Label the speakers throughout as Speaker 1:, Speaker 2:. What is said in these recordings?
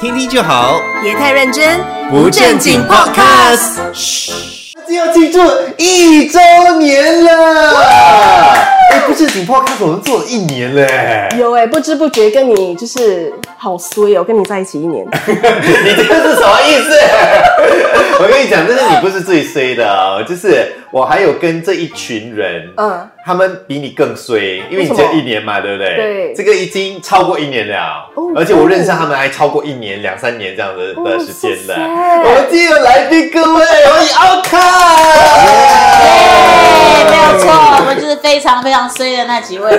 Speaker 1: 听听就好，
Speaker 2: 别太认真，
Speaker 1: 不正经 Podcast。这要记住一周年了。哎，不正经 Podcast 我们做了一年了，哎
Speaker 2: 有哎、不知不觉跟你就是好衰哦、跟你在一起一 年，
Speaker 1: 你这是什么意 思？我跟你讲，但是你不是最衰的哦，就是我还有跟这一群人，
Speaker 2: 嗯，
Speaker 1: 他们比你更衰，因为你
Speaker 2: 为什么
Speaker 1: 只有一年嘛，对不对？
Speaker 2: 对
Speaker 1: 这个已经超过一年了，
Speaker 2: 哦
Speaker 1: 而且我认识他们还超过一年、两三年这样的
Speaker 2: 哦
Speaker 1: 的时间了。
Speaker 2: so sad
Speaker 1: 我们今天有来宾各位，欢迎奥
Speaker 3: 对，哎没有
Speaker 1: 卡，
Speaker 3: 错，我们就是非常非常衰的那几位。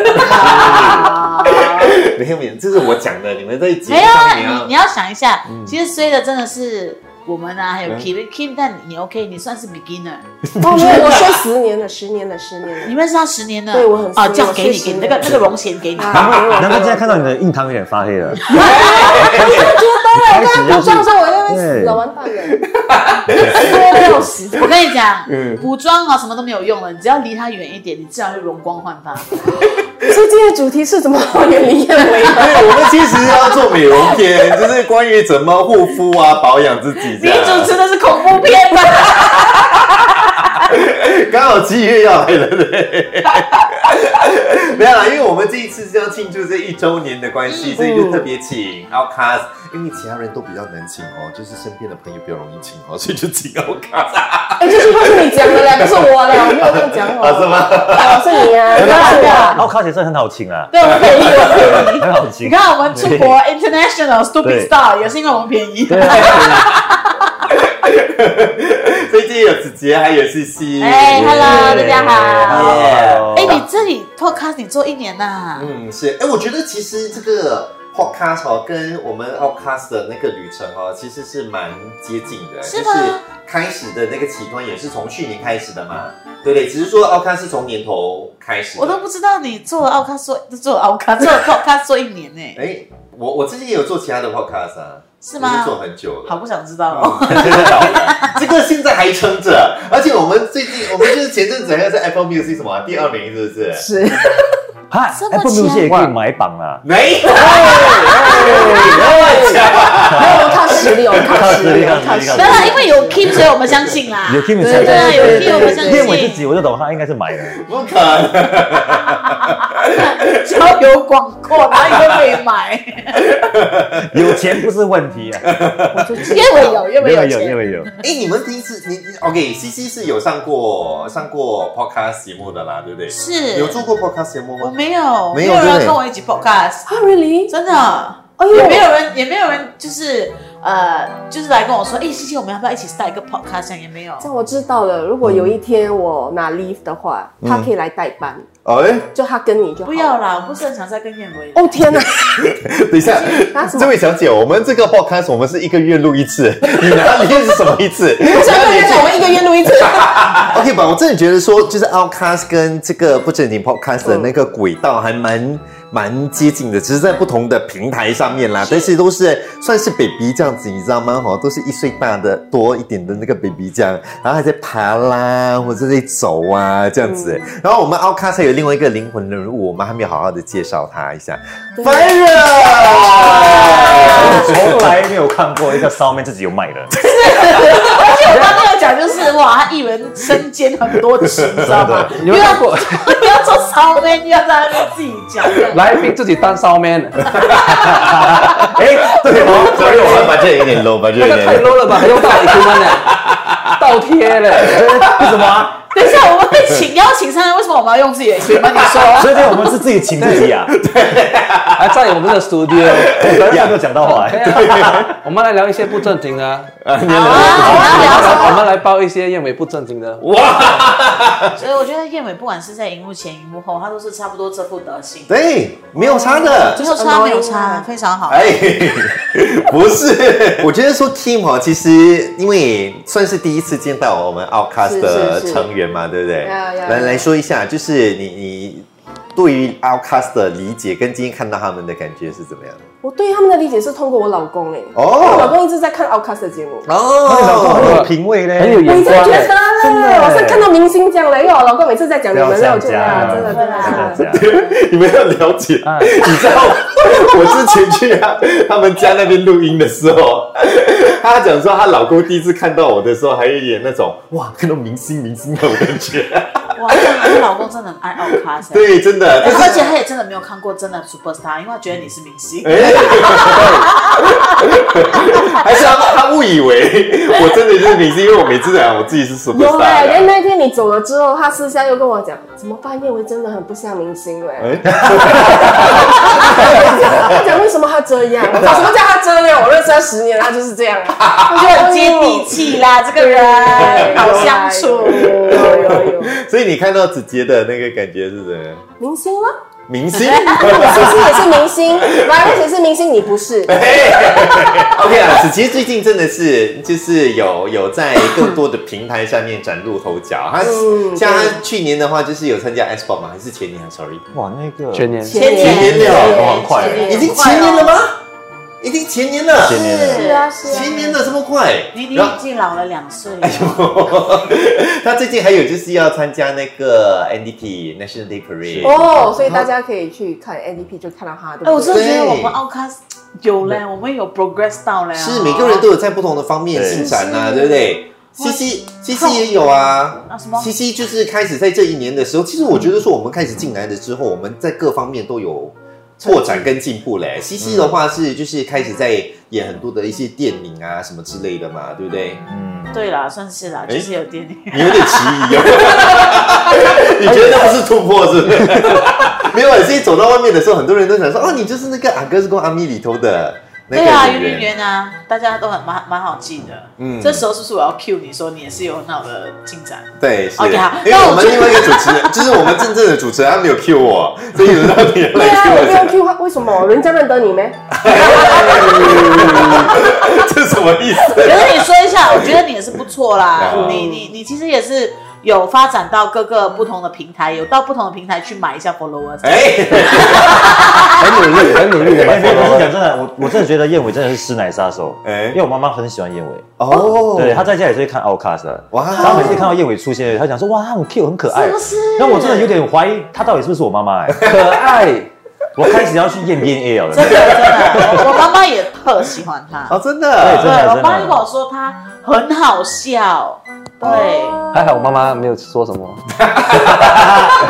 Speaker 1: 没有没有，这是我讲的，你们在节目
Speaker 3: 没有啊，
Speaker 1: 上面
Speaker 3: 你
Speaker 1: 要
Speaker 3: 你要想一下，其实衰的真的是我们啊，还有 Kim Kim，但你 OK，你算是 beginner，
Speaker 2: 哦，没有，我说十年了，十年了，十 年
Speaker 3: 你
Speaker 2: 了。
Speaker 3: 认识他十年了。
Speaker 2: 对我很
Speaker 3: 哦，
Speaker 2: 衰
Speaker 3: 这样
Speaker 2: 我
Speaker 3: 给你，
Speaker 2: 是
Speaker 3: 给
Speaker 2: 十
Speaker 3: 你那
Speaker 2: 年
Speaker 3: 个那个荣衔给你。
Speaker 2: 啊没有
Speaker 4: 难怪现在看到你的印堂有点发黑了，
Speaker 3: 哎
Speaker 2: 我
Speaker 4: 开
Speaker 2: 刚
Speaker 4: 始
Speaker 2: 刚
Speaker 4: 要
Speaker 2: 不
Speaker 4: 是
Speaker 2: 撞上我那边死了，
Speaker 4: 对
Speaker 2: 完蛋 了，衰六十。
Speaker 3: 我跟你讲
Speaker 1: 嗯，
Speaker 3: 补妆啊什么都没有用了，你只要离他远一点，你自然会容光焕发。
Speaker 2: 所以今天的主题是怎么好远离艳 为？
Speaker 1: 对，我们其实要做美容篇， 就是关于怎么护肤啊、保养自己这
Speaker 3: 你
Speaker 1: 样。
Speaker 3: 主持的是恐怖片吧？
Speaker 1: 刚好七月要来了，对。 没有啦，因为我们这一次是要庆祝这一周年的关
Speaker 3: 嗯
Speaker 1: 系，所以就特别请 Outcast，因为其他人都比较难请哦，就是身边的朋友比较容易请哦，所以就请 Outcast。
Speaker 3: 哦
Speaker 2: 哎，这句话是你讲的嘞，不是我嘞，我没有这样讲
Speaker 1: 啊，是
Speaker 2: 哦，
Speaker 1: 吗？
Speaker 2: 哦是你啊，当然啦，
Speaker 4: 奥卡姐真的很好请啊，
Speaker 3: 对，我们便宜，我便宜。
Speaker 4: 很好
Speaker 3: 你
Speaker 4: 请。
Speaker 3: 看，我们出国 international
Speaker 4: 对
Speaker 3: stupid star 也是因为我们便宜。
Speaker 1: 所以今天有子杰，还有西西。
Speaker 3: 哎，hello，大家好。
Speaker 1: Yeah
Speaker 3: 哎、你这里 podcast 你做一年呐、
Speaker 1: 嗯，是。哎，我觉得其实这个 Podcast 哦，跟我们 Outcast 的那个旅程哦，其实是蛮接近的，
Speaker 3: 是
Speaker 1: 就
Speaker 3: 吗
Speaker 1: 是开始的那个起端也是从去年开始的嘛，对不对？只是说 Outcast 是从年头开始的，
Speaker 3: 我都不知道你做了奥卡做做了奥卡做了 podcast 做一年呢、
Speaker 1: 哎、我我之前也有做其他的 podcast 啊，
Speaker 3: 是
Speaker 1: 我
Speaker 3: 吗
Speaker 1: 是？做很久了，
Speaker 3: 好不想知道哦。
Speaker 1: 嗯， 真的倒了这个现在还撑着，而且我们最近，我们就是前阵子还要在 Apple Music 什么啊、第二名，是不是？
Speaker 2: 是
Speaker 4: 哈
Speaker 3: 这么
Speaker 4: ，Apple
Speaker 3: 强
Speaker 4: Music 也可以买榜啊，
Speaker 1: 没有，乱讲。
Speaker 2: 没有，我们哦靠实力，我们靠实 力，我们
Speaker 4: 靠实力
Speaker 2: 靠实
Speaker 4: 靠实力。
Speaker 2: 力
Speaker 3: 没有啦，因为有 Kim，所以我们相信啦。
Speaker 4: 有 Kim
Speaker 2: 对
Speaker 4: 才
Speaker 3: 对啊，有
Speaker 2: 对对
Speaker 3: Kim 我们
Speaker 2: 对
Speaker 4: 骗我自
Speaker 3: 相
Speaker 4: 己，我就懂他应该是买的。
Speaker 1: 不可能！
Speaker 3: 信。交友广阔，哪里都可以买，
Speaker 4: 有钱不是问题啊，
Speaker 2: 我就知道
Speaker 3: 越没有越没有
Speaker 4: 有
Speaker 3: 钱。
Speaker 4: 因为有，
Speaker 1: 哎、你们平时你你 OK，西西是有上过上过 podcast 节目的啦，对不对？
Speaker 3: 是
Speaker 1: 有做过 podcast 节目
Speaker 3: 我
Speaker 1: 吗？
Speaker 3: 没有，
Speaker 1: 没
Speaker 3: 没
Speaker 1: 有
Speaker 3: 有
Speaker 1: 对不
Speaker 3: 人
Speaker 1: 对
Speaker 3: 跟我一起 podcast，
Speaker 2: 啊，really？
Speaker 3: 真的。
Speaker 2: 哎
Speaker 3: 也
Speaker 2: 呦
Speaker 3: 没有人，也没有人，就是呃，就是来跟我说，哎、西西，我们要不要一起 start 一个 podcast？这样也没有
Speaker 2: 这。样我知道了。如果有一天我拿 leave 的话，他可以来代班，
Speaker 1: 哎、
Speaker 2: 就他跟你就好。
Speaker 3: 不要！啦，我不是很想再跟燕伟。
Speaker 2: 哦天哪！
Speaker 1: 等一下
Speaker 2: 拿什，么
Speaker 1: 这位小姐，我们这个 podcast 我们是一个月录一次， 你哪里是什么一次？
Speaker 2: 真的原来我们一个月录一次，
Speaker 1: OK 吧，我真的觉得说，就是 Outcast 跟这个不正经 Podcast 的那个轨道还蛮蛮接近的，只是在不同的平台上面啦，但是都是算是 baby 这样子，你知道吗？哈，都是一岁大的多一点的那个 baby 这样，然后还在爬啦，或者在走啊这样子。然后我们 Outcast 还有另外一个灵魂人物，我们还没有好好的介绍他一下，Fire。
Speaker 3: 啊
Speaker 4: 我从来没有看过一个烧面自己有卖的，
Speaker 3: 而且我刚刚有讲，就是哇，他艺人身兼很多职，你知道 吗？
Speaker 4: 真的
Speaker 3: 又要 又要做烧妹，又要在那边自己讲。
Speaker 5: 来宾自己当烧 man，
Speaker 4: 哎， 对哦，
Speaker 1: 所以我们把这有点 low，把这
Speaker 5: 那个太 low 了吧，还用大理 Q 们呢？倒贴嘞，
Speaker 4: 为什么啊？
Speaker 3: 等一下，我们被请邀请上来，为什么我们要用自己的 群吗？你说。
Speaker 4: 所以这我们是自己请自己啊，
Speaker 5: 还在我们的 studio。
Speaker 4: 我刚才没有讲到话，
Speaker 5: 哎
Speaker 4: 哎
Speaker 5: 呀我们来聊一些不正经的啊，
Speaker 3: 好啊，我们要聊什
Speaker 5: 我
Speaker 3: 么？
Speaker 5: 们来报一些燕尾不正经的。
Speaker 3: 所以我觉得燕伟不管是在荧幕前、荧幕后，他都是差不多这副德行。
Speaker 1: 对，没有差的。
Speaker 3: 没有差，没有差，非常好。
Speaker 1: 哎，不是，我觉得说 Kim 哦，其实因为算是第一次见到我们 Outcast
Speaker 2: 是是
Speaker 1: 的
Speaker 2: 是
Speaker 1: 成员嘛，对不对？
Speaker 2: 呀呀
Speaker 1: 来
Speaker 2: 呀
Speaker 1: 来说一下，就是你你对于 Outcast 的理解跟今天看到他们的感觉是怎么样的？
Speaker 2: 我对他们的理解是通过我老公哎、
Speaker 1: 哦
Speaker 2: 因为我老公一直在看 Outcast 的节目。
Speaker 1: 哦，
Speaker 4: 老公很有品味嘞，
Speaker 5: 很有
Speaker 2: 我已
Speaker 5: 眼
Speaker 2: 经
Speaker 5: 光
Speaker 2: 觉
Speaker 5: 哎
Speaker 2: 得。
Speaker 4: 真的
Speaker 2: 嘞，
Speaker 4: 哎
Speaker 2: 我是看到明星这样了，因为我老公每次在讲
Speaker 4: 不
Speaker 2: 你们
Speaker 4: 要这样讲，
Speaker 2: 了，我就对啊，真的
Speaker 4: 不
Speaker 2: 真
Speaker 4: 要这
Speaker 2: 的真的。
Speaker 4: 样讲。
Speaker 1: 你们要了解，
Speaker 2: 啊
Speaker 5: 哎
Speaker 1: 你知道，我之前去他他们家那边录音的时候， 她讲说她老公第一次看到我的时候，还有一点那种哇，看到明星明星那种感觉。
Speaker 3: 哇，你老公真的很爱奥卡 斯，
Speaker 1: 对，真的，但
Speaker 3: 而
Speaker 1: 是
Speaker 3: 且他也真的没有看过真的 superstar，因为他觉得你是明星。
Speaker 1: 哎， 还是他他误以为我真的就是明星，因为我每次讲我自己是 super
Speaker 2: 有
Speaker 1: star
Speaker 2: 哎、
Speaker 1: 啊
Speaker 2: 连。那天你走了之后，他私下又跟我讲，怎么办？叶维真的很不像明星哎、
Speaker 1: 哎
Speaker 2: 他讲为什么他这样？我说什么叫他这样？我认识他十年，他就是这样。啊他
Speaker 3: 就很接地气啦，这个人好相处。
Speaker 2: 有有有，
Speaker 1: 所以你看到子杰的那个感觉是怎么样？
Speaker 2: 明星了，
Speaker 1: 明星
Speaker 2: 思思啊也是明星，马瑞也是明星，你不是？
Speaker 5: 哎
Speaker 1: ，OK 啊，子杰最近真的是就是有有在更多的平台上面崭露头角。他
Speaker 2: 嗯
Speaker 1: 像他去年的话，就是有参加 S b o 吗？还是前年啊？Sorry，
Speaker 4: 哇，那个
Speaker 5: 全年
Speaker 1: 前年了
Speaker 4: 哇很快
Speaker 1: 已经
Speaker 3: 啊
Speaker 1: 前年了？吗？已经前年了，
Speaker 4: 前年了
Speaker 2: 是啊是啊，
Speaker 1: 前年了这么快
Speaker 3: 你，你
Speaker 1: 然后哎
Speaker 3: 已经老了两岁了，
Speaker 1: 他最近还有就是要参加那个 NDP National Day Parade
Speaker 2: 哦，所以大家可以去看 NDP，就看到他的。
Speaker 3: 哎，我真的觉得
Speaker 1: 对
Speaker 3: 我们奥卡有嘞，我们有 progress 到嘞，啊
Speaker 1: 是每个人都有在不同的方面进展啊，
Speaker 3: 是
Speaker 1: 对不对？C
Speaker 3: 哇
Speaker 1: C C C 也有啊
Speaker 3: 啊什么
Speaker 1: ，C C 就是开始在这一年的时候，其实我觉得说我们开始进来的之后，我们在各方面都有拓展跟进步
Speaker 3: 嗯
Speaker 1: 嘞。C C 的话是就是开始在演很多的一些电影啊什么之类的嘛，对不对？
Speaker 4: 嗯，
Speaker 3: 对啦，算是啦，
Speaker 1: 哎
Speaker 3: 就是有点点。
Speaker 1: 你有点迟疑哦， 你觉得那不是突破是不是？没有，啊所以走到外面的时候，很多人都想说，哦，你就是那个阿哥是跟阿咪里头的那个
Speaker 3: 对啊，
Speaker 1: 演
Speaker 3: 圆
Speaker 1: 员
Speaker 3: 明园啊，大家都很蛮蛮好记的。
Speaker 1: 嗯
Speaker 3: 嗯，这时候是不是我要 cue 你说你也是有很好的进 展？
Speaker 1: 对，是
Speaker 3: OK，好
Speaker 1: 因为
Speaker 3: 那
Speaker 1: 我
Speaker 3: 我
Speaker 1: 们
Speaker 3: 就
Speaker 1: 另外一个主持人， 就是我们真正的主持人，他没有 Q 我，所以轮到你
Speaker 2: 对
Speaker 1: 来
Speaker 2: 啊，我不
Speaker 1: Q
Speaker 2: 用 Q 他，为什么？人家认得你没？
Speaker 1: 我，这什么意思？
Speaker 3: 可是你说一下，我觉得你也是不错啦
Speaker 1: 嗯。
Speaker 3: 你你你其实也是有发展到各个不同的平台，有到不同的平台去买一下 followers。
Speaker 1: 哎，
Speaker 5: 很努力，很 努力的
Speaker 4: 哎，
Speaker 5: 买
Speaker 4: 没有，我是
Speaker 5: follower
Speaker 4: 讲真的，我我真的觉得燕尾真的是师奶杀手，
Speaker 1: 哎
Speaker 4: 因为我妈妈很喜欢燕尾，
Speaker 1: 哦，
Speaker 4: 对，她在家也是会看 Outcast 的，
Speaker 1: 哇
Speaker 4: 然后每次看到燕尾出现，她讲说哇，她很 Q，很可
Speaker 5: 哎
Speaker 4: 爱，
Speaker 3: 是不是
Speaker 4: 那我真的有点怀疑她到底是不是我妈妈哎，
Speaker 5: 可爱，
Speaker 4: 我开始要去验 DNA 了，
Speaker 3: 真的真的，我我妈妈也特喜欢他。
Speaker 1: 哦，真
Speaker 4: 对
Speaker 1: 的，
Speaker 4: 真的
Speaker 3: 对，我
Speaker 4: 真的
Speaker 3: 妈就跟我说他很好笑。对，
Speaker 5: 还好我妈妈没有说什么。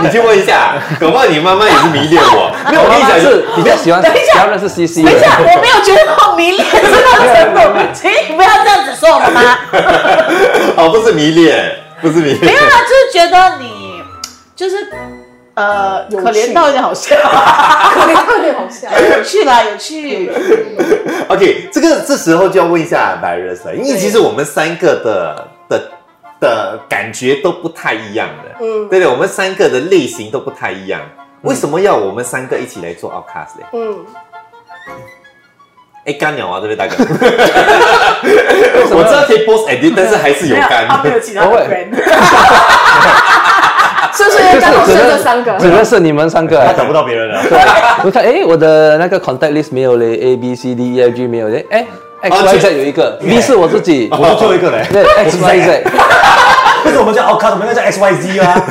Speaker 1: 你去问一下，搞不好你妈妈也是迷恋我。没有，我跟
Speaker 5: 我妈
Speaker 1: 你
Speaker 5: 妈
Speaker 1: 讲，
Speaker 5: 是比较喜欢，
Speaker 3: 等一
Speaker 5: 比
Speaker 3: 下
Speaker 5: 较认识 CC 的。
Speaker 3: 等一下，我没有觉得我迷恋这个程度，请你不要这样子说我妈妈。
Speaker 1: 哦，不是迷恋，不是迷
Speaker 3: 没
Speaker 1: 恋
Speaker 3: 有，啊，就是觉得你就是呃，
Speaker 2: 有趣
Speaker 3: 可怜到有点好笑，
Speaker 2: 可能 特别好笑。
Speaker 5: 哎
Speaker 3: 有趣啦，有趣。
Speaker 1: OK，这个这时候就要问一下 Virus 了，因为其实我们三个的的的感觉都不太一样的，
Speaker 2: 嗯
Speaker 1: 对对，我们三个的类型都不太一样。为什么要我们三个一起来做 Outcast 呢？
Speaker 2: 嗯，
Speaker 1: 哎，干鸟啊，对不对，大哥？我知道可以 post edit，但是还是有干。
Speaker 3: 他没有其他的
Speaker 5: 我会
Speaker 3: friend，
Speaker 2: 是不是刚好
Speaker 5: 只
Speaker 2: 剩这
Speaker 5: 能
Speaker 2: 三个？
Speaker 5: 只认识你们三个。
Speaker 4: 她找不到别人了，
Speaker 5: 我看，哎，我的那个 contact list 没有嘞，A B C D E F G 没有嘞，哎，X
Speaker 1: 哦
Speaker 5: Y
Speaker 1: 这
Speaker 5: Z 有一个，V 是我自己，
Speaker 4: 我是最后一个嘞，
Speaker 5: 对，X Y Z，
Speaker 4: 为什么我们叫 Outcast，我们应该叫 XYZ 啊？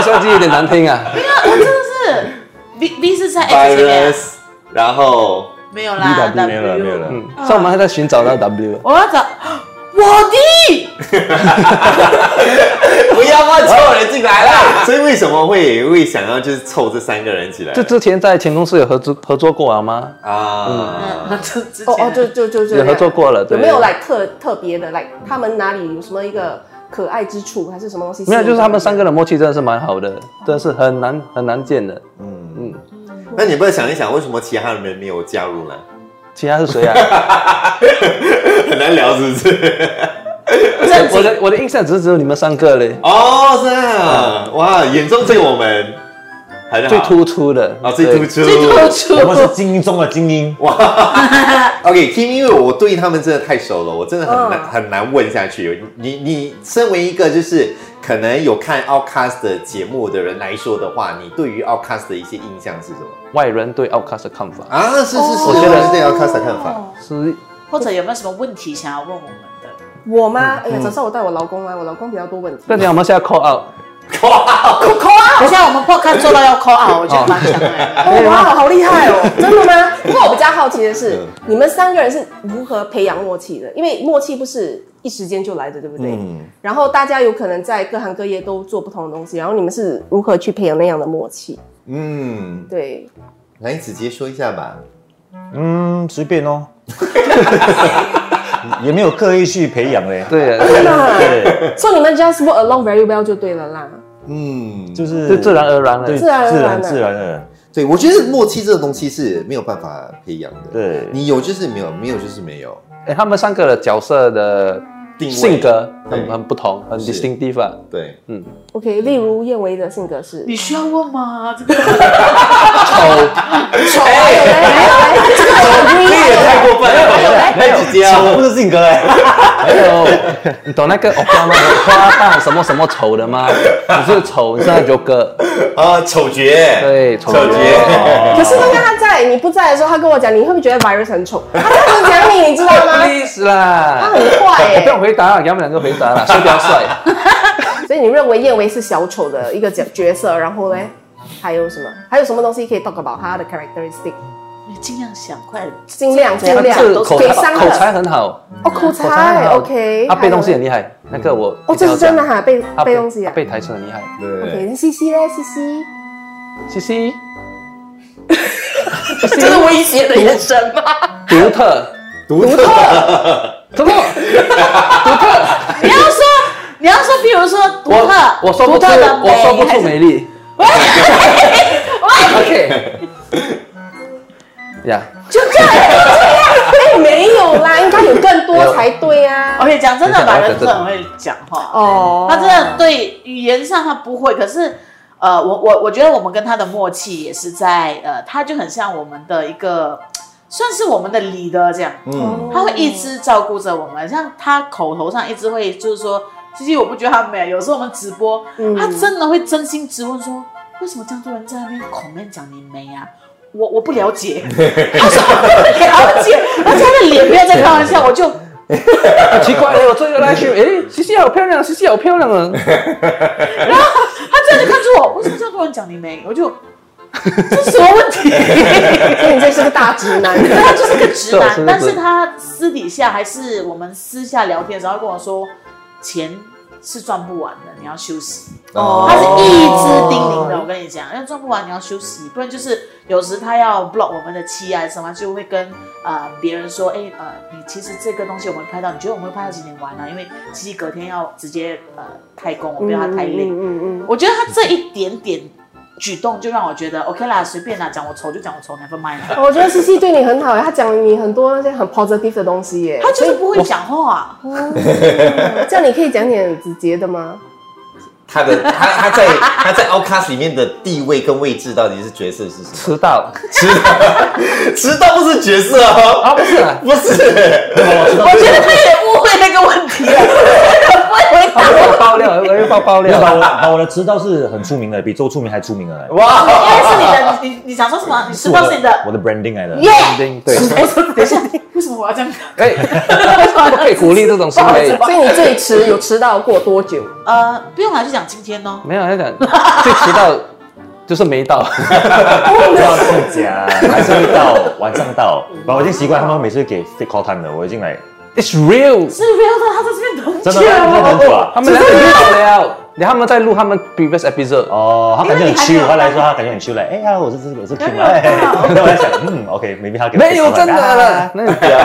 Speaker 5: X Y Z 有点难听啊。
Speaker 3: 真的是 V V 是在 X 这边
Speaker 1: Virus，然后
Speaker 3: 没有啦
Speaker 5: VW
Speaker 4: 没有了，没有了。
Speaker 5: 嗯，所以我们还在寻找那个 W。
Speaker 3: 我要找我弟，
Speaker 1: 不要乱凑人进来啦。所以为什么会会想要就是凑这三个人起来
Speaker 5: 就之前在前公司有合作合作过了吗？
Speaker 1: 啊？
Speaker 3: 嗯，之之
Speaker 2: 哦哦，就
Speaker 3: 前
Speaker 2: 就就这
Speaker 5: 有
Speaker 2: 样
Speaker 5: 合作过了，对。
Speaker 2: 有没有来特特别的来？他们哪里有什么一个可爱之处，还是什么东西？
Speaker 5: 没有，就是他们三个的默契真的是蛮好的，真的是很难很难见的。
Speaker 1: 那你不要想一想，为什么其他人没有加入呢？
Speaker 5: 其他是谁啊？
Speaker 1: 很难聊，是不是？
Speaker 3: 正经
Speaker 5: 我的我的印象只是只有你们三个嘞。
Speaker 1: 哦，是啊，哇，眼中只有我们。很好
Speaker 5: 最突出的
Speaker 1: 啊，最突
Speaker 5: 对
Speaker 1: 出，
Speaker 3: 最突出
Speaker 4: 我们是精英中的精英，哇，
Speaker 1: OK，Kim，因为我对他们真的太熟了，我真的很难、
Speaker 2: 嗯
Speaker 1: 很难问下去。你你身为一个就是可能有看 Outcast 的节目的人来说的话，你对于 Outcast 的一些印象是什么
Speaker 5: 外人对 Outcast 的看法
Speaker 1: 啊？是是是，
Speaker 3: 哦
Speaker 1: 我觉得是对 Outcast 的看
Speaker 2: 哦
Speaker 1: 法。
Speaker 5: 是
Speaker 3: 或者有没有什么问题想要问我们的？
Speaker 2: 我
Speaker 5: 嗯
Speaker 2: 吗？哎呀，早上我带我老公来，我老公比较多问题。
Speaker 5: 那你我们现在 call out，
Speaker 3: 等一下我们 podcast 做到 要 call out，我觉得蛮想 来的。
Speaker 2: 哦哇，好厉害哦！ 真的吗？嗯不过我比较好奇的是，你们三个人是如何培养默契的？因为默契不是一时间就来的，对不对？
Speaker 1: 嗯
Speaker 2: 然后大家有可能在各行各业都做不同的东西，然后你们是如何去培养那样的默契？
Speaker 1: 嗯，
Speaker 2: 对，
Speaker 1: 来，你直接说一下吧。
Speaker 4: 嗯，随便哦， 也没有刻意去培养嘞，
Speaker 5: 对，啊
Speaker 2: 真 的，
Speaker 4: 对，
Speaker 2: 所以你们 just work along very well 就对了啦。
Speaker 1: 嗯，就
Speaker 4: 就是
Speaker 5: 就自然而然了
Speaker 4: 对，。
Speaker 2: 自然而
Speaker 4: 自
Speaker 2: 然
Speaker 4: 然
Speaker 2: 的
Speaker 4: 自然的，
Speaker 1: 对，我觉得默契这个东西是没有办法培养的。，
Speaker 4: 对，
Speaker 1: 你有就是没有，没有就是没有。
Speaker 5: 哎，他们三个的角色的
Speaker 1: 定位
Speaker 5: 性格
Speaker 1: 对
Speaker 5: 很很不同，很
Speaker 1: 是
Speaker 5: distinctive 啊。
Speaker 1: 对，
Speaker 2: OK，例如燕维的性格 是
Speaker 3: 你需要问吗？这个
Speaker 2: 丑，还有嘞，还有嘞，这个很
Speaker 1: 这
Speaker 2: V，
Speaker 1: 也太过分了，太直接
Speaker 4: 丑
Speaker 1: 了。
Speaker 4: 不是性格欸嘞，
Speaker 5: 还有， 你懂那个欧巴吗？夸大什么什么丑的吗？你是丑，你是那 Joker，
Speaker 1: 啊，丑角，
Speaker 5: 对，丑
Speaker 1: 丑角。
Speaker 2: 可是刚刚他在你不在的时候，他跟我讲，你会不会觉得 virus 很丑？他这样子讲你，你知道吗？
Speaker 5: Please
Speaker 2: 他
Speaker 5: 啦，
Speaker 2: 很坏
Speaker 5: 我
Speaker 2: 哎、
Speaker 5: 不要回答了，给他们两个回 答了，谁比较帅？
Speaker 2: 所以你认为燕维是小丑的一个角角色，然后嘞，还有什么？还有什么东西可以 talk about 他的 characteristic？
Speaker 3: 你尽量想，快点。
Speaker 2: 尽量尽
Speaker 5: 他
Speaker 2: 量
Speaker 5: 是口
Speaker 2: 给
Speaker 5: 才
Speaker 2: 三个
Speaker 5: 口才很好，
Speaker 2: 哦，口
Speaker 5: 口才很
Speaker 2: 才
Speaker 5: 好
Speaker 2: OK，
Speaker 5: 他背东西
Speaker 2: 还
Speaker 5: 很
Speaker 2: 有嘞哦
Speaker 5: 厉害，那个我
Speaker 2: 哦，这是真的
Speaker 5: 哈，
Speaker 2: 哈，背
Speaker 5: 他
Speaker 2: 背东西
Speaker 5: 他
Speaker 2: 啊。
Speaker 5: 背台词很厉害。
Speaker 1: 对
Speaker 2: OK，。那西西嘞，西西，
Speaker 5: 西西，
Speaker 3: 这是威胁的眼神吗？
Speaker 5: 独特，
Speaker 1: 独特，
Speaker 5: 什么？
Speaker 3: 你要说，你要说，比如说独
Speaker 5: 我
Speaker 3: 特，
Speaker 5: 我说不
Speaker 3: 独
Speaker 5: 出，
Speaker 3: 特的美，
Speaker 5: 我说不
Speaker 3: 还
Speaker 5: 出
Speaker 3: 是
Speaker 5: 美丽。OK，呀，
Speaker 3: 就这样。
Speaker 2: 哎，没有啦，应该有更多才对
Speaker 5: 哎
Speaker 2: 啊。
Speaker 3: OK，讲真的，
Speaker 5: 等一下
Speaker 3: 白人不是很会讲话。
Speaker 2: 哦，
Speaker 3: 他真的对语言上他不会，可是呃，我我我觉得我们跟他的默契也是在呃，他就很像我们的一个算是我们的 leader 这样，
Speaker 1: 嗯，
Speaker 3: 他会一直照顾着我们，像他口头上一直会就是说，其实我不觉得他美，有时候我们直播，
Speaker 2: 嗯
Speaker 3: 他真的会真心质问说，为什么这样多人在那边口面讲你美啊？我我不了解，他说我不了解，而且他的脸不要再开玩笑，我就
Speaker 5: 很啊奇怪嘞，我做一个 live stream，哎，西西好漂亮，西西好漂亮啊！
Speaker 3: 他这样就看出我，为什么这样多人讲你没？我就这是什么问 题？
Speaker 2: 所以你这是个大直男。
Speaker 3: 对 他就是个直
Speaker 5: 是
Speaker 3: 男，
Speaker 5: 是
Speaker 3: 但是他私底下还是我们私下聊天的时候，他跟我说钱是赚不完的，你要休息。
Speaker 2: 哦
Speaker 1: 啊
Speaker 3: 他是一直叮咛的，我跟你讲，要赚不完你要休息，不然就是有时他要 block 我们的期啊什么，就会跟呃别人说，哎呃，你其实这个东西我们拍到，你觉得我们会拍到几点完呢、啊因为其实隔天要直接呃开工，我不要他太累。
Speaker 2: 嗯嗯
Speaker 3: 我觉得他这一点点举动就让我觉得 OK 啦，随便啦，讲我丑就讲我丑，never mind 啦。
Speaker 2: 嗯，我觉得西西对你很好耶，他讲你很多那些很 positive 的东西耶。
Speaker 3: 他就是不会讲话，
Speaker 2: 这样你可以讲点直接的吗？
Speaker 1: 他的他他在他在 Outcast 里面的地位跟位置到底是角色是什么？
Speaker 5: 迟到
Speaker 1: 迟 到，迟到不是角色哦，
Speaker 5: 啊，不是啊，
Speaker 1: 不是，
Speaker 3: 我觉得他有点误会那个问题啊了，不会回答
Speaker 5: 他又爆 料，我又爆爆
Speaker 4: 没有把我
Speaker 5: 料。
Speaker 4: 把我的指导是很出名的，比周出名还出名的嘞，欸
Speaker 1: 哇，
Speaker 3: 我，因为是你的，你你想说什么？你迟
Speaker 4: 我
Speaker 3: 到是你的
Speaker 4: 我的 branding 来的，
Speaker 3: 耶？
Speaker 5: 对对，
Speaker 3: 哎，等一下，为什么我要这样？
Speaker 5: 哎，不可以鼓励这种行为。
Speaker 2: 所以你最迟有迟到过多久？
Speaker 3: 呃，不用啦，就讲今天哦。
Speaker 5: 没有那个最迟到就是没到，
Speaker 4: 不要这样讲，还是会到晚上到，反正我已经习惯他们每次给 fake call time 的，我已经来
Speaker 5: It's real，
Speaker 3: 是 real 的，他在这边等
Speaker 4: 真的
Speaker 3: 久
Speaker 4: 真的很久 啊
Speaker 5: 他们两个遇到了，然后他们在录他们 previous episode，
Speaker 4: 哦，他感觉很
Speaker 3: 因为你还没
Speaker 4: chill，
Speaker 3: 有
Speaker 4: 他来说他感觉很 chill 嘞，哎呀，我是这个，我是 Kim 啊，
Speaker 3: 还没有
Speaker 4: 哎那我在想，嗯，OK，maybe 他给
Speaker 5: 没有真的
Speaker 4: 了，
Speaker 5: 了，那不要。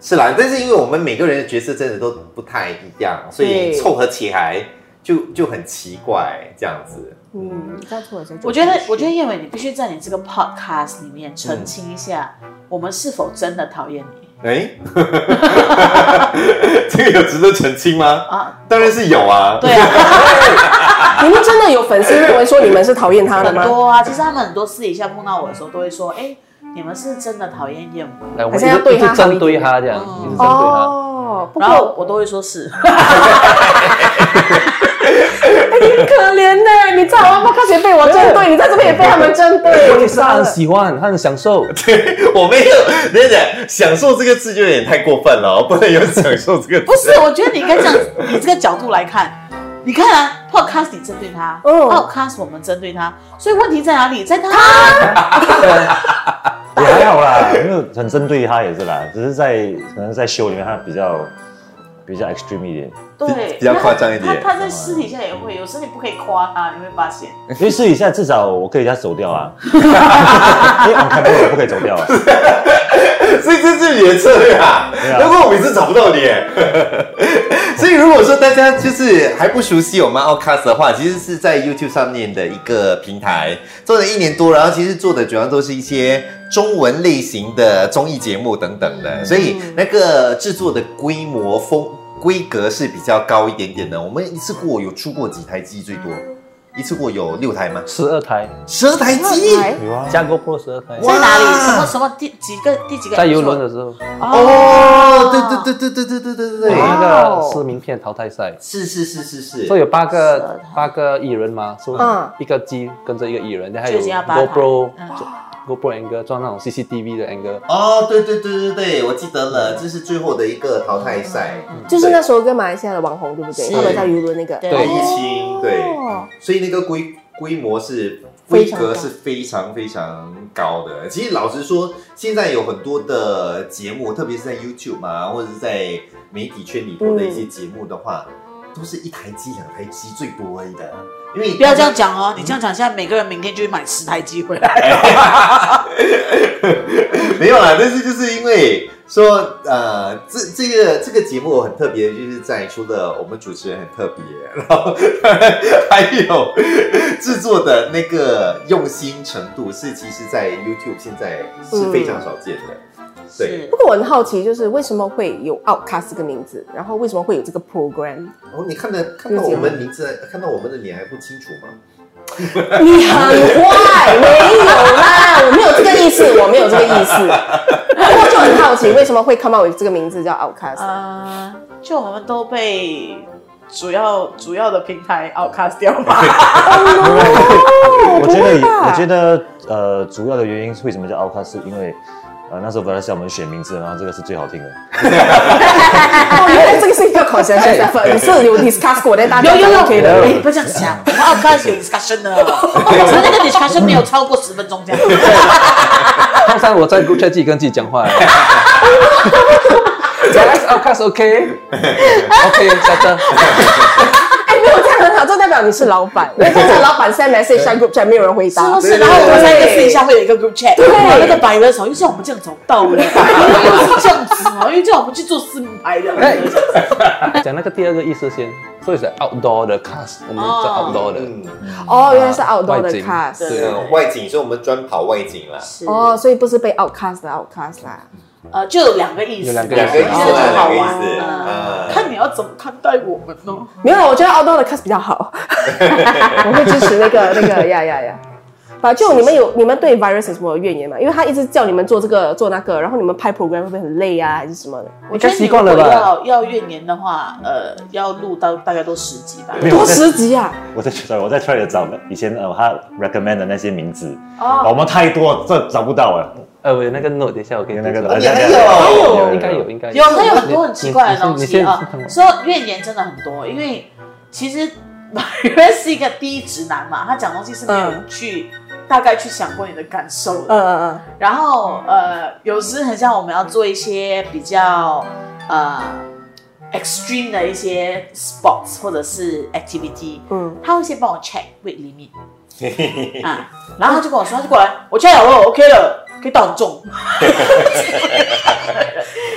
Speaker 1: 是啦，但是因为我们每个人的角色真的都不太一样，所以
Speaker 2: 对
Speaker 1: 凑合起来就就很奇怪这样子。
Speaker 2: 嗯，这样出来才
Speaker 3: 我觉得，我觉得燕伟，你必须在你这个 podcast 里面澄清一下，我们是否真的讨厌 你
Speaker 1: 哎，这个有值得澄清吗？
Speaker 3: 啊？
Speaker 1: 当然是有啊，
Speaker 3: 对啊，
Speaker 2: 你们真的有粉丝认为说你们是讨厌他的
Speaker 3: 很
Speaker 2: 吗？
Speaker 3: 多啊，其实他们很多私底下碰到我的时候，都会说，哎，你们是真的讨厌燕窝。
Speaker 5: 来，我
Speaker 2: 还
Speaker 5: 们
Speaker 2: 是
Speaker 5: 一
Speaker 2: 要
Speaker 5: 直
Speaker 2: 对
Speaker 5: 一
Speaker 2: 他
Speaker 5: 直
Speaker 2: 好一
Speaker 5: 针
Speaker 2: 点
Speaker 5: 对他这样，一直针对他。
Speaker 2: 哦，不
Speaker 3: 然
Speaker 2: 过
Speaker 3: 后我都会说是，
Speaker 2: 可怜呢、你在我巴克学被我针对，你在这边也被他们针对，
Speaker 5: 问题哎是他很喜欢，他很享受，
Speaker 1: 我没有，等一下，享受这个字就有点太过分了哦，不能有享受这个
Speaker 3: 不
Speaker 1: 字。
Speaker 3: 是？我觉得你应该这样，以这个角度来看，你看啊，podcast 你针对他、
Speaker 2: 嗯
Speaker 3: p o d c a s t 我们针对他，所以问题在哪里？在他。
Speaker 4: 也还好啦，没有很针对他也是啦，只是在可能在秀里面他比较比较 extreme 一点，
Speaker 3: 对，
Speaker 1: 比较夸张一点
Speaker 3: 他他在私底下也会，有时你不可以夸他，你会发现。
Speaker 4: 因为私底下至少我可以给他走掉啊，因为 on camera 我不可以走掉啊，
Speaker 1: 所以这是你的策略
Speaker 4: 啊！
Speaker 1: 啊难怪我每次找不到你耶。所以如果说大家就是还不熟悉我们 Outcast 的话，其实是在 YouTube 上面的一个平台，做了一年多，然后其实做的主要都是一些中文类型的综艺节目等等的，所以那个制作的规模风规格是比较高一点点的。我们一次过有出过几台机最多？一次过有六台吗？
Speaker 5: 十二台，
Speaker 1: 十二台机。
Speaker 2: 来
Speaker 4: 有啊，
Speaker 5: 加 GoPro 十二台，
Speaker 1: 哇
Speaker 3: 在哪里？什么什么第几个第几个？
Speaker 5: 在游轮的时候，
Speaker 1: 哦，对对对对对对对
Speaker 2: 哦
Speaker 1: 对对对，
Speaker 5: 有那个撕名片淘汰赛，
Speaker 1: 是是是是是。
Speaker 5: 所以有八
Speaker 3: 十二
Speaker 5: 个
Speaker 3: 台
Speaker 5: 八个艺人嘛，说
Speaker 2: 嗯
Speaker 5: 一个机跟着一个艺人，然后还
Speaker 3: 就
Speaker 5: 有
Speaker 3: 已经要八台
Speaker 5: GoPro
Speaker 3: 嗯
Speaker 5: 做 GoPro angle 装那种 CCTV 的 angle，
Speaker 1: 哦，对对对对对，我记得了，这是最后的一个淘汰赛，
Speaker 2: 就是那时候跟马来西亚的网红对不对？
Speaker 3: 是
Speaker 2: 他们在舆论那个，
Speaker 3: 对
Speaker 1: 对
Speaker 5: 对
Speaker 1: 疫情，对，
Speaker 3: 哦
Speaker 1: 所以那个规规模是规
Speaker 2: 非常
Speaker 1: 格
Speaker 2: 大
Speaker 1: 是非常非常高的。其实老实说，现在有很多的节目，特别是在 YouTube 啊，或者是在媒体圈里头的一些节目的话，都是一台机两台机最多而已的，啊因为
Speaker 3: 嗯不要这样讲哦，你这样讲，现在每个人明天就去买十台机回来。
Speaker 1: 没有啦，但是就是因为说，呃，这这个这个节目很特别，就是在除了我们主持人很特别，然后 还有制作的那个用心程度，是其实在 YouTube 现在是非常少见的。对
Speaker 3: 是
Speaker 2: 不过我很好奇，就是为什么会有 Outcast 这个名字，然后为什么会有这个 program？
Speaker 1: 哦，你看的看到我们名字，看到我们的脸还不清楚吗？
Speaker 2: 你很坏，没有啦，我没有这个意思，我没有这个意思。不过就很好奇，为什么会 come out with 这个名字叫 Outcast？
Speaker 3: 呃，就我们都被主要主要的平台 outcast 掉吧。
Speaker 4: 我觉
Speaker 2: 不
Speaker 4: 得
Speaker 2: 会吧
Speaker 4: 我觉得呃主要的原因是为什么叫 outcast 是因为呃那时候本来是我们选名字，然后这个是最好听的，
Speaker 2: 哦，原来这个是一个 consensus effort，你是有 discuss 过的，大家都 OK 的。
Speaker 3: 哎，不要这样想，我们 outcast 有 discussion 的，只是那个 discussion 没有超过十分钟这
Speaker 1: 啊
Speaker 3: 样。
Speaker 5: 通常我在 g o o 自己跟自己讲 话。Yes, of course, OK, OK，下车。
Speaker 2: 哎，没有这样很好，这代表你是老板，因为通常老板 send message 上 group chat 没有人回答，
Speaker 3: 是，然后我们三个私底下会有一个 group chat，
Speaker 2: 对
Speaker 3: 然后那个百的时候，又叫我们这样走 道了，又是这样子哦，又叫我们去做四名牌的。
Speaker 1: 哎
Speaker 5: 讲那个第二个意思先，所以是 outdoor 的 cast，我们是 outdoor 的。
Speaker 1: 嗯，
Speaker 2: 哦，原来是 outdoor 的
Speaker 5: 外景
Speaker 2: cast，
Speaker 1: 对啊，外景，所以我们专跑外景啦。
Speaker 3: 是
Speaker 2: 哦，，所以不是被 outcast 的 outcast 啦。
Speaker 3: 呃，就有两个意思，
Speaker 5: 有两个
Speaker 1: 两个意思
Speaker 3: 就是
Speaker 1: 啊，
Speaker 3: 很
Speaker 1: 两
Speaker 3: 好
Speaker 1: 个意
Speaker 3: 玩
Speaker 1: 思，
Speaker 3: 呃
Speaker 1: 嗯
Speaker 3: 看你要怎么看待我们呢？
Speaker 5: 嗯
Speaker 2: 没有，我觉得 outdoor 的 cast 比较好，我会支持那个那个呀呀呀。把就你们有你们对 virus 有什么怨言吗？因为他一直叫你们做这个做那个，然后你们拍 program 会不会很累啊，还是什么的？
Speaker 3: 我觉得
Speaker 5: 应该习惯了吧
Speaker 3: 你如果要要怨言的话，呃，要录到大概都十集吧。
Speaker 5: 嗯
Speaker 4: 没有
Speaker 2: 多
Speaker 4: 我在
Speaker 2: 十集啊！
Speaker 4: 我在 sorry 我在 try 着找以前呃他 recommend 的那些名字，
Speaker 3: 哦，
Speaker 4: 我们太多这找不到了，
Speaker 5: 呃，我有那个 note，等一下我给你
Speaker 4: 有那个
Speaker 5: 读出
Speaker 4: note
Speaker 5: 来
Speaker 1: 你还
Speaker 2: 还
Speaker 1: 有
Speaker 2: 有
Speaker 5: 应该有，应该
Speaker 3: 有，它有很多很奇怪的东
Speaker 5: 你
Speaker 3: 西
Speaker 5: 先
Speaker 3: 啊。说怨言真的很多，因为其实 马原是一个低直男嘛，他讲东西是没有
Speaker 2: 嗯
Speaker 3: 去大概去想过你的感受的。
Speaker 2: 嗯嗯
Speaker 3: 然后呃，有时很像我们要做一些比较呃 extreme 的一些 sports 或者是 activity，
Speaker 2: 嗯
Speaker 3: 他会先帮我 check weight limit 啊，然后他就跟我说，他就过来，我 check 好了，OK 了，可以到很重。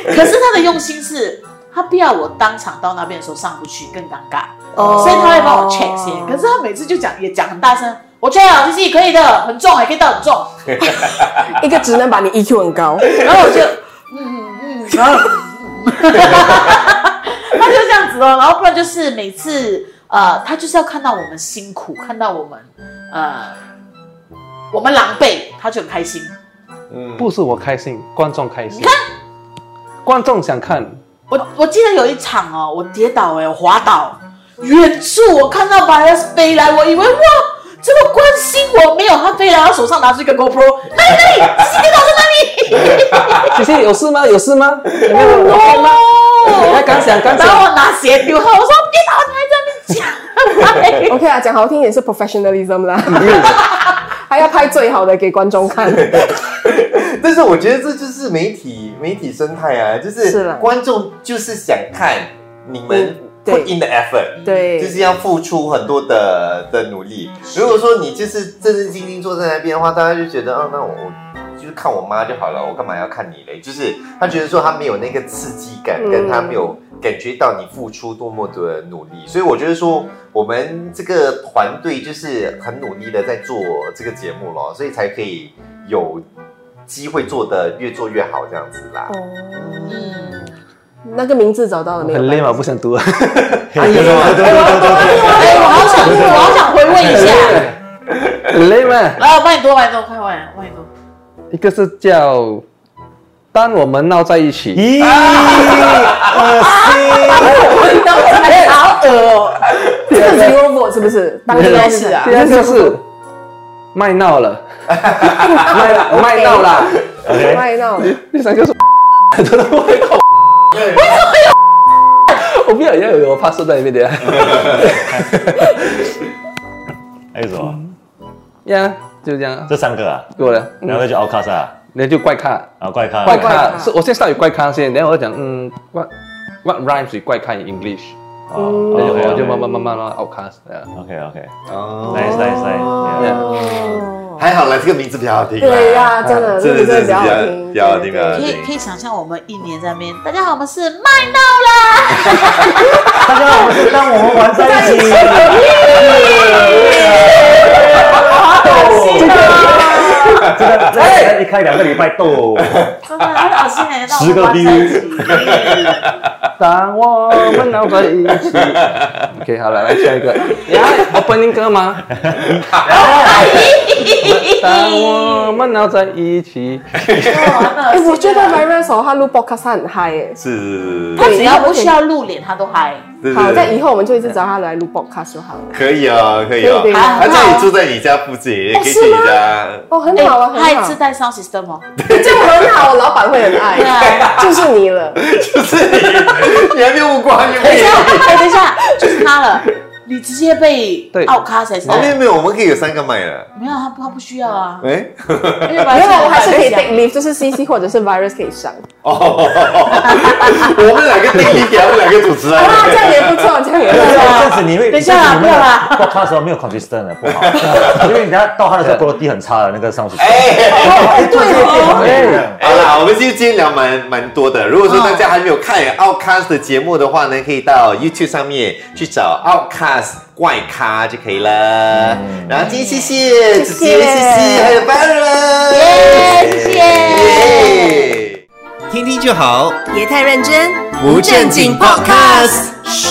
Speaker 3: 可是他的用心是，他不要我当场到那边的时候上不去，更尴尬。
Speaker 2: 嗯，哦
Speaker 3: 所以他会帮我 check 先。可是他每次就讲也讲很大声，我 check 好，其实可以的，很重，还可以到很重。
Speaker 2: 一个只能把你 EQ 很高，
Speaker 3: 然后我就，嗯嗯 哦嗯，然后他就这样子咯，然后不然就是每次呃，他就是要看到我们辛苦，看到我们呃我们狼狈，他就很开心。
Speaker 1: 嗯，
Speaker 5: 不是我开心，观众开心。你看，观众想看，
Speaker 3: 我我记得有一场哦，我跌倒哎、我滑倒，远处我看到 Virus 飞来，我以为哇这么关心我，没有他飞来，他手上拿出一个 GoPro，那里那里，直接跌倒在那里。
Speaker 5: 姐姐有事吗？有事吗？有没有 OK 吗？你还
Speaker 3: 哦，
Speaker 5: 敢想 敢
Speaker 3: 然后
Speaker 5: 想？
Speaker 3: 我拿鞋丢他，我说跌倒你还在那边讲。
Speaker 2: OK 啊，讲好听也是 professionalism 啦，还要拍最好的给观众看。
Speaker 1: 但是我觉得这就是媒体媒体生态啊，就是
Speaker 2: 啦
Speaker 1: 是观众就是想看你们
Speaker 2: 嗯对
Speaker 1: put in the effort，
Speaker 2: 对
Speaker 1: 就是要付出很多的的努力。如果说你就是正正经经坐在那边的话，大家就觉得啊，那我我就是看我妈就好了，我干嘛要看你嘞？就是他觉得说他没有那个刺激感，
Speaker 2: 嗯
Speaker 1: 跟他没有感觉到你付出多么的努力。所以我觉得说我们这个团队就是很努力的在做这个节目咯，所以才可以有机会做的越做越好这样子啦。
Speaker 3: 嗯，
Speaker 2: 那个名字找到了没有？
Speaker 5: 很累嘛，不想读了。啊
Speaker 4: 哎
Speaker 3: 哎，我好想，我好想回味 一下。
Speaker 5: 很累嘛。
Speaker 3: 来，呃我帮你多买多，快快来， 我帮你多。
Speaker 5: 一个是叫当我们闹在一起，
Speaker 4: 咦，恶
Speaker 2: 好恶哦，这个 zero vote 是不是？当应该 是啊
Speaker 5: 第，二个是卖闹了，卖 卖闹啦。
Speaker 4: 心，OK，
Speaker 2: 麦闹，
Speaker 5: 第三个是真的卖闹，我不要要有我发射在里面的
Speaker 4: 还有什么？
Speaker 5: 呀，就这样
Speaker 4: 这三个啊，
Speaker 5: 过了，
Speaker 4: 然后就奥卡萨
Speaker 5: 那就怪咖，
Speaker 4: 啊，怪咖，
Speaker 5: 嗯怪
Speaker 2: 咖
Speaker 5: 咖是我先上有怪咖先，然后我就讲嗯，what what rhymes with 怪咖 in English，
Speaker 4: 哦
Speaker 5: 然后
Speaker 4: ，OK，
Speaker 5: 我就慢慢
Speaker 4: OK，OK，OK，
Speaker 5: 慢慢慢 outcast，yeah
Speaker 1: 哦
Speaker 4: Nice, nice, nice.
Speaker 2: 哦 Yeah
Speaker 1: 还好啦，这个名字比较好听啦。
Speaker 2: 对呀，真的，这
Speaker 1: 真
Speaker 2: 个
Speaker 1: 的
Speaker 2: 真的
Speaker 1: 啊是
Speaker 2: 比
Speaker 1: 比
Speaker 2: 较
Speaker 1: 较
Speaker 2: 好
Speaker 1: 比较好
Speaker 2: 听，
Speaker 1: 听啊
Speaker 3: 可
Speaker 1: 对
Speaker 3: 以可以想象我们一年在那边，大家好，我们是麦闹 啦，
Speaker 4: 大家好，我是当我们玩在一起。哎，一开两个礼拜斗，
Speaker 3: 真的很好心哎，让
Speaker 4: 十个
Speaker 3: 我们玩在一起。
Speaker 5: 当我们闹在一起。OK，好了，来下一个。呀，opening 歌吗？ 当我们闹在一起。
Speaker 2: 哎，我觉得 Virus 哦，他录 podcast 他很嗨哎。
Speaker 1: 是是是
Speaker 3: 他只要不需要露脸，他都嗨。
Speaker 1: 是，
Speaker 2: 好，
Speaker 1: 在
Speaker 2: 在以后我们就一直找他来录 podcast 就好了。
Speaker 1: 可以哦，可以哦
Speaker 2: 可以可以。
Speaker 1: 他家里住在你家附近，也可以去你家。
Speaker 2: 哦，很
Speaker 3: 哎
Speaker 2: 好啊，
Speaker 3: 他
Speaker 2: 很
Speaker 3: 还
Speaker 2: 好
Speaker 3: 自，带 sound system 哦。
Speaker 2: 这样很好，老板会很
Speaker 3: 对
Speaker 2: 爱，
Speaker 3: 啊。
Speaker 2: 就是你了。
Speaker 1: 就是你，你还没有目光，你
Speaker 3: 等
Speaker 1: 没
Speaker 3: 一
Speaker 1: 有
Speaker 3: 下，。哎，等一下，就是他了。你直接被
Speaker 5: 对
Speaker 3: 奥卡谁是？
Speaker 1: 哦，没有没有，我们可以有三个麦了。
Speaker 3: 没有，他不他不需要啊。
Speaker 1: 哎，
Speaker 3: 因
Speaker 2: 没
Speaker 3: 为本来
Speaker 2: 有， 我还是可以
Speaker 3: 我
Speaker 2: take leave，就是 CC 或者是 Virus 可以 上。
Speaker 1: 哦， 我们两个定义给他们两个主持 人。
Speaker 2: 啊，这样也不错，这样也不
Speaker 4: 这
Speaker 2: 错。
Speaker 4: 样子你会，
Speaker 3: 等一下啦不要啦
Speaker 4: 播他的时候没有 consistent 的不好，因为你等下到他的时候 quality 很差的那个上去。
Speaker 1: 哎，
Speaker 4: 哎，对
Speaker 5: 哦
Speaker 1: 好啦，我们今天聊蛮蛮多的。如果说大家还没有看 Outcast 的节目的话呢，可以到 YouTube 上面去找 Outcast 怪咖就可以了。然后今天谢谢子杰，谢谢，还有 b a r
Speaker 3: 耶谢谢
Speaker 1: 听听就好，
Speaker 6: 别太认真，
Speaker 1: 不正经 Podcast。
Speaker 6: 嘘。